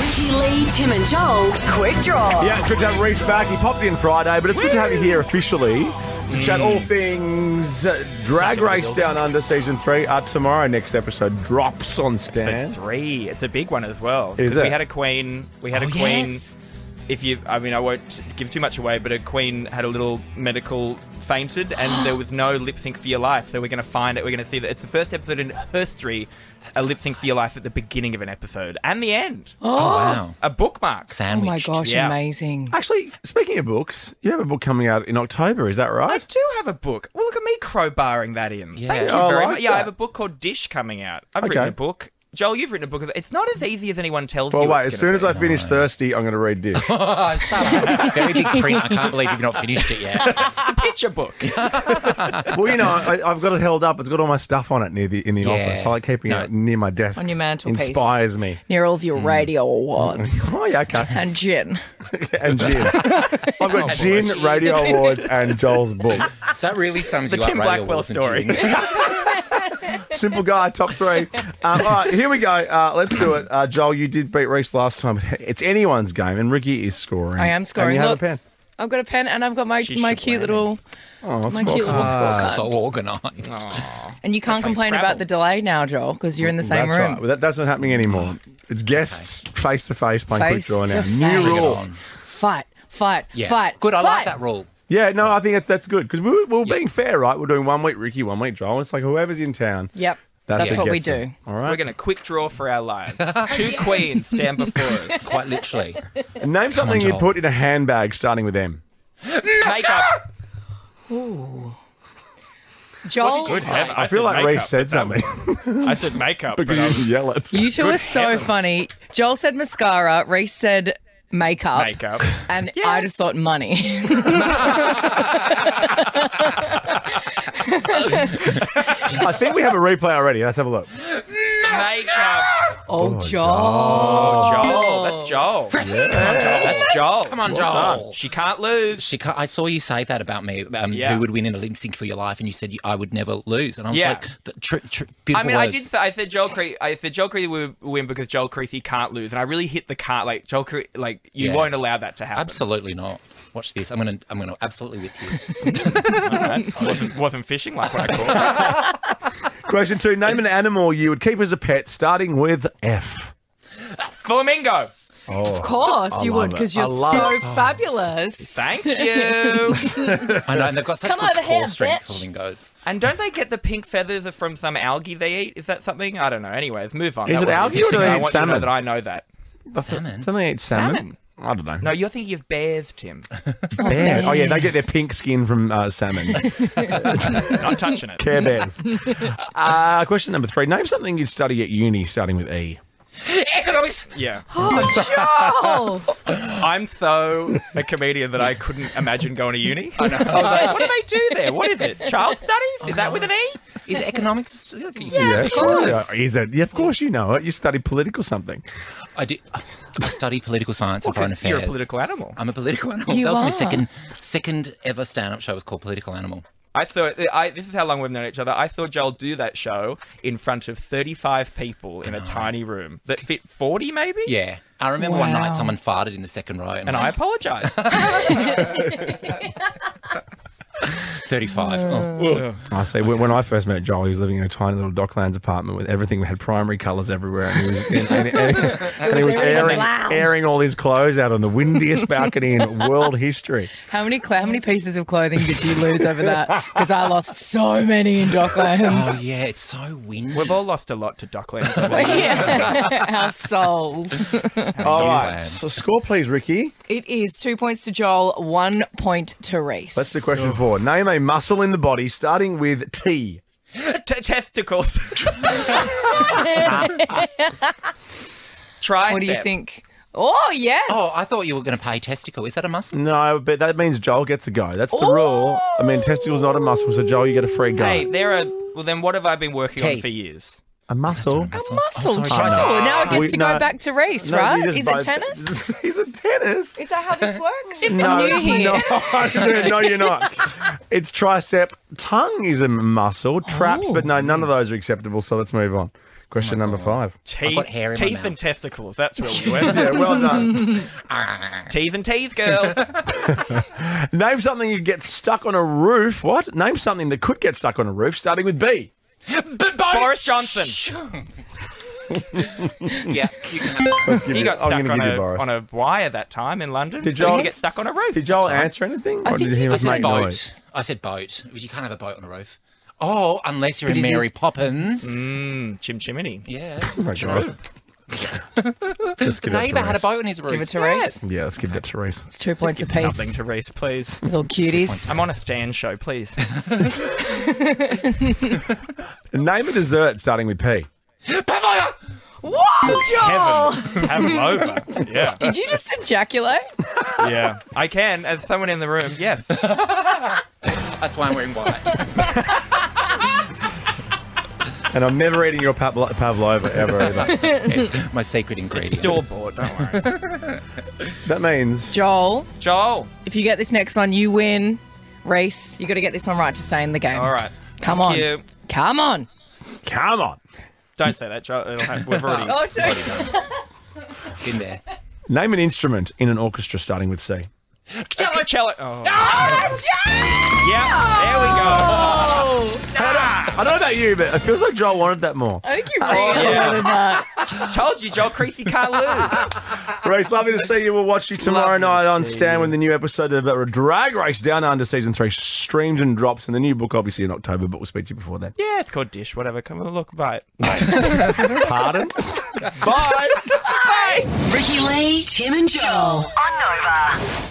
Ricky Lee, Tim and Joel's Quick Draw. Yeah, it's good to have Reese back. He popped in Friday, but it's good to have you here officially to chat all things uh, Drag Race Down Under Season 3. Uh, tomorrow, next episode drops on for stand. three. It's a big one as well. Is 'Cause it? We had a queen. We Oh, had a queen. If you, I mean, I won't give too much away, but a queen had a little medical fainted, and there was no lip sync for your life. So we're going to find it. We're going to see that it's the first episode in history. A lip sync for your life at the beginning of an episode and the end. Oh, wow. A bookmark. Oh Sandwich. my gosh, Yeah. amazing. Actually, speaking of books, you have a book coming out in October, is that I right? do have a book. Well, look at me crowbarring that in. Yeah. Thank you I very like much. Yeah, I that. have a book called Dish coming out. I've Okay. written a book. Joel, you've written a book. It's not as easy as anyone tells Well, you. wait, as soon as I finish Thirsty, I'm going to read Dish. Oh, shut up. Very big print. I can't believe you've not finished it yet. I picture book. well, you know, I, I've got it held up. It's got all my stuff on it near the in the Yeah. office. I like keeping No. it near my desk. On your mantelpiece. Inspires me. Near all of Mm. your radio awards Oh, yeah, okay. and gin. and gin. I've got gin, radio awards, and Joel's book. That really sums The you up. Tim Radio Blackwell Wolf and story. Jim. Simple guy, top three. Um, all right, here we go. Uh, let's do it. Uh, Joel, you did beat Reese last time. but It's anyone's game, and Ricky is scoring. I am scoring. And you have Look. a pen. I've got a pen and I've got my, She's my cute little shebang. Oh, that's my cute little scorecard. So Oh. organised. and you can't like complain about Scrabble. the delay now, Joel, because you're in the same Mm, That's room. right. Well, that, that's not happening anymore. It's guests face to face playing quick Face draw now. to New face. rule. Fight, fight, Yeah. fight. Good. I like fight. that rule. Yeah, no, I think that's that's good because we were, we were being fair, right? We're doing one week Ricky, one week Joel. It's like whoever's in town. Yep. That's, That's who what we gets it. do. All We're right. going to quick draw for our lives. Two queens stand before us. Quite literally. Name something you'd Joel. put in a handbag starting with M. Makeup. Joel, I feel like Reese said something I said makeup, but because you didn't yell it. you two are so heavens. funny. Joel said mascara, Reese said makeup, makeup. and I just thought money. I think we have a replay already. Let's have a look. makeup. Oh, oh, Joel. Oh. Joel. That's Joel. That's Joel. Come on, Joel. She can't lose. She can't, I saw you say that about me. Um, Yeah. Who would win in a lip sync for your life? And you said you, I would never lose. And I was Yeah. like, the, tr- tr- beautiful I mean, words. I did. Th- I said Joel Creasy. I said Joel Creasy would win because Joel Creasy can't lose, and I really hit the cart. Like Joel, Cre- like you Yeah. won't allow that to happen. Absolutely not. Watch this. I'm gonna. I'm gonna absolutely whip you. Absolutely. wasn't, wasn't fishing like what I called. Question two: Name an animal you would keep as a pet, starting with F. Flamingo. Of course you it. would, because I you're love so fabulous. Thank you. I know. And they've got such Come good over core here, strength bitch. flamingos. and don't they get the pink feathers are from some algae they eat? Is that something? I don't know. Anyways, move on. Is That it wasn't algae or do they interesting. I eat want you to know salmon? that I know that. Salmon. Something eats salmon? I don't know. No, you're thinking of bears, Tim. Bear. Oh yeah, they get their pink skin from uh, salmon. Not touching it. Care bears. Uh, question number three: Name something you study at uni, starting with E. Economics. Yeah. Oh, Joel. I'm so a comedian that I couldn't imagine going to uni. I know. what do they do there? What is it? Child studies? Is that with an E? Is economics? Yeah. Yeah, sure. course. Is it? Yeah, of course you know it. You study political something. I did. I study political science and foreign affairs. You're a political animal. I'm a political animal. You that was my are. second second ever stand up show was called Political Animal. I saw. I, this is how long we've known each other. I saw Joel do that show in front of 35 people Oh. in a tiny room that fit 40, maybe. Yeah. I remember one Wow. night someone farted in the second row and, And I apologise. 35. Oh. I see. When, when I first met Joel, he was living in a tiny little Docklands apartment with everything. We had primary colours everywhere, and he was, and, and- and- and he was very airing, loud. airing all his clothes out on the windiest balcony in world history. How many cl- how many pieces of clothing did you lose over that? Because I lost so many in Docklands. Oh, yeah, it's so windy. we've all lost a lot to Docklands. yeah, our souls. All you, right. lad? So score, please, Ricky. It is two points to Joel, one point to Reese. That's the question four. Name a muscle in the body starting with T. T- testicles. Try. What do you think? Oh yes. Oh, I thought you were going to pay testicle. Is that a muscle? No, but that means Joel gets a go. That's the rule. I mean, testicle's not a muscle, so Joel, you get a free go. Hey, there are. Well, then what have I been working on Teeth. for years? a muscle. A muscle, I'm sorry, Joel. Joel. Now it gets We- to no. go back to Reese, No, you right? Is just it both- tennis? He's a tennis. Is that how this works? No, I'm new here. no, no, you're not. It's Oh. tricep. Tongue is a muscle. Traps, but no, none of those are acceptable. So let's move on. Question number five. Teeth, got hair in my teeth mouth. and testicles. That's where we went. Yeah, well done. teeth and teeth, girl. Oh, Name something you get stuck on a roof. What? Name something that could get stuck on a roof, starting with B. Boris Johnson. yeah, you can have- Let's give He you- got I'm stuck gonna on give you a, Boris. on a wire that time in London. Did so Joel- he get stuck on a roof. Did Joel answer anything? Or think did he he just said make boat. noise? I said boat. You can't have a boat on a roof. Oh, unless you're But in it is- Mary Poppins. Mm, Chim chimney. Yeah. Oh my god. Let's give The that to neighbour had a Reese. boat on his roof. Give it to Reese. Yeah, let's give that to Reese. It's two points Something apiece. to Reese, please. Little cuties. I'm on a stand show, please. Name a dessert starting with P. Pavlova! Whoa, Joel! Heaven, have him over. Yeah, Did you just ejaculate? yeah. I can, as someone in the room. Yes. That's why I'm wearing white. And I'm never eating your pavlo- pavlova ever either. it's my secret ingredient. Door bought. Don't worry. That means Joel, Joel. if you get this next one, you win. Reese, you got to get this one right to stay in the game. All right. Come Thank on. you. Come on. come on. Don't say that, Joel. It'll have, we've already. Oh, sorry. in there. Name an instrument in an orchestra starting with C. Cello. Oh. Yeah. I don't know about you, but it feels like Joel wanted that more. I think you really yeah. wanted that. There we go. Told you, Joel. Creepy can't lose. Reese, lovely to see you. We'll watch you tomorrow Lovely to night on see Stan you. when the new episode of uh, Drag Race Down Under Season 3 streams and drops. And the new book, obviously, in October, but we'll speak to you before then. Yeah, it's called dish. Whatever. Come on, look. Bye. Pardon? Bye. Ricky Lee, Tim and Joel. on Nova.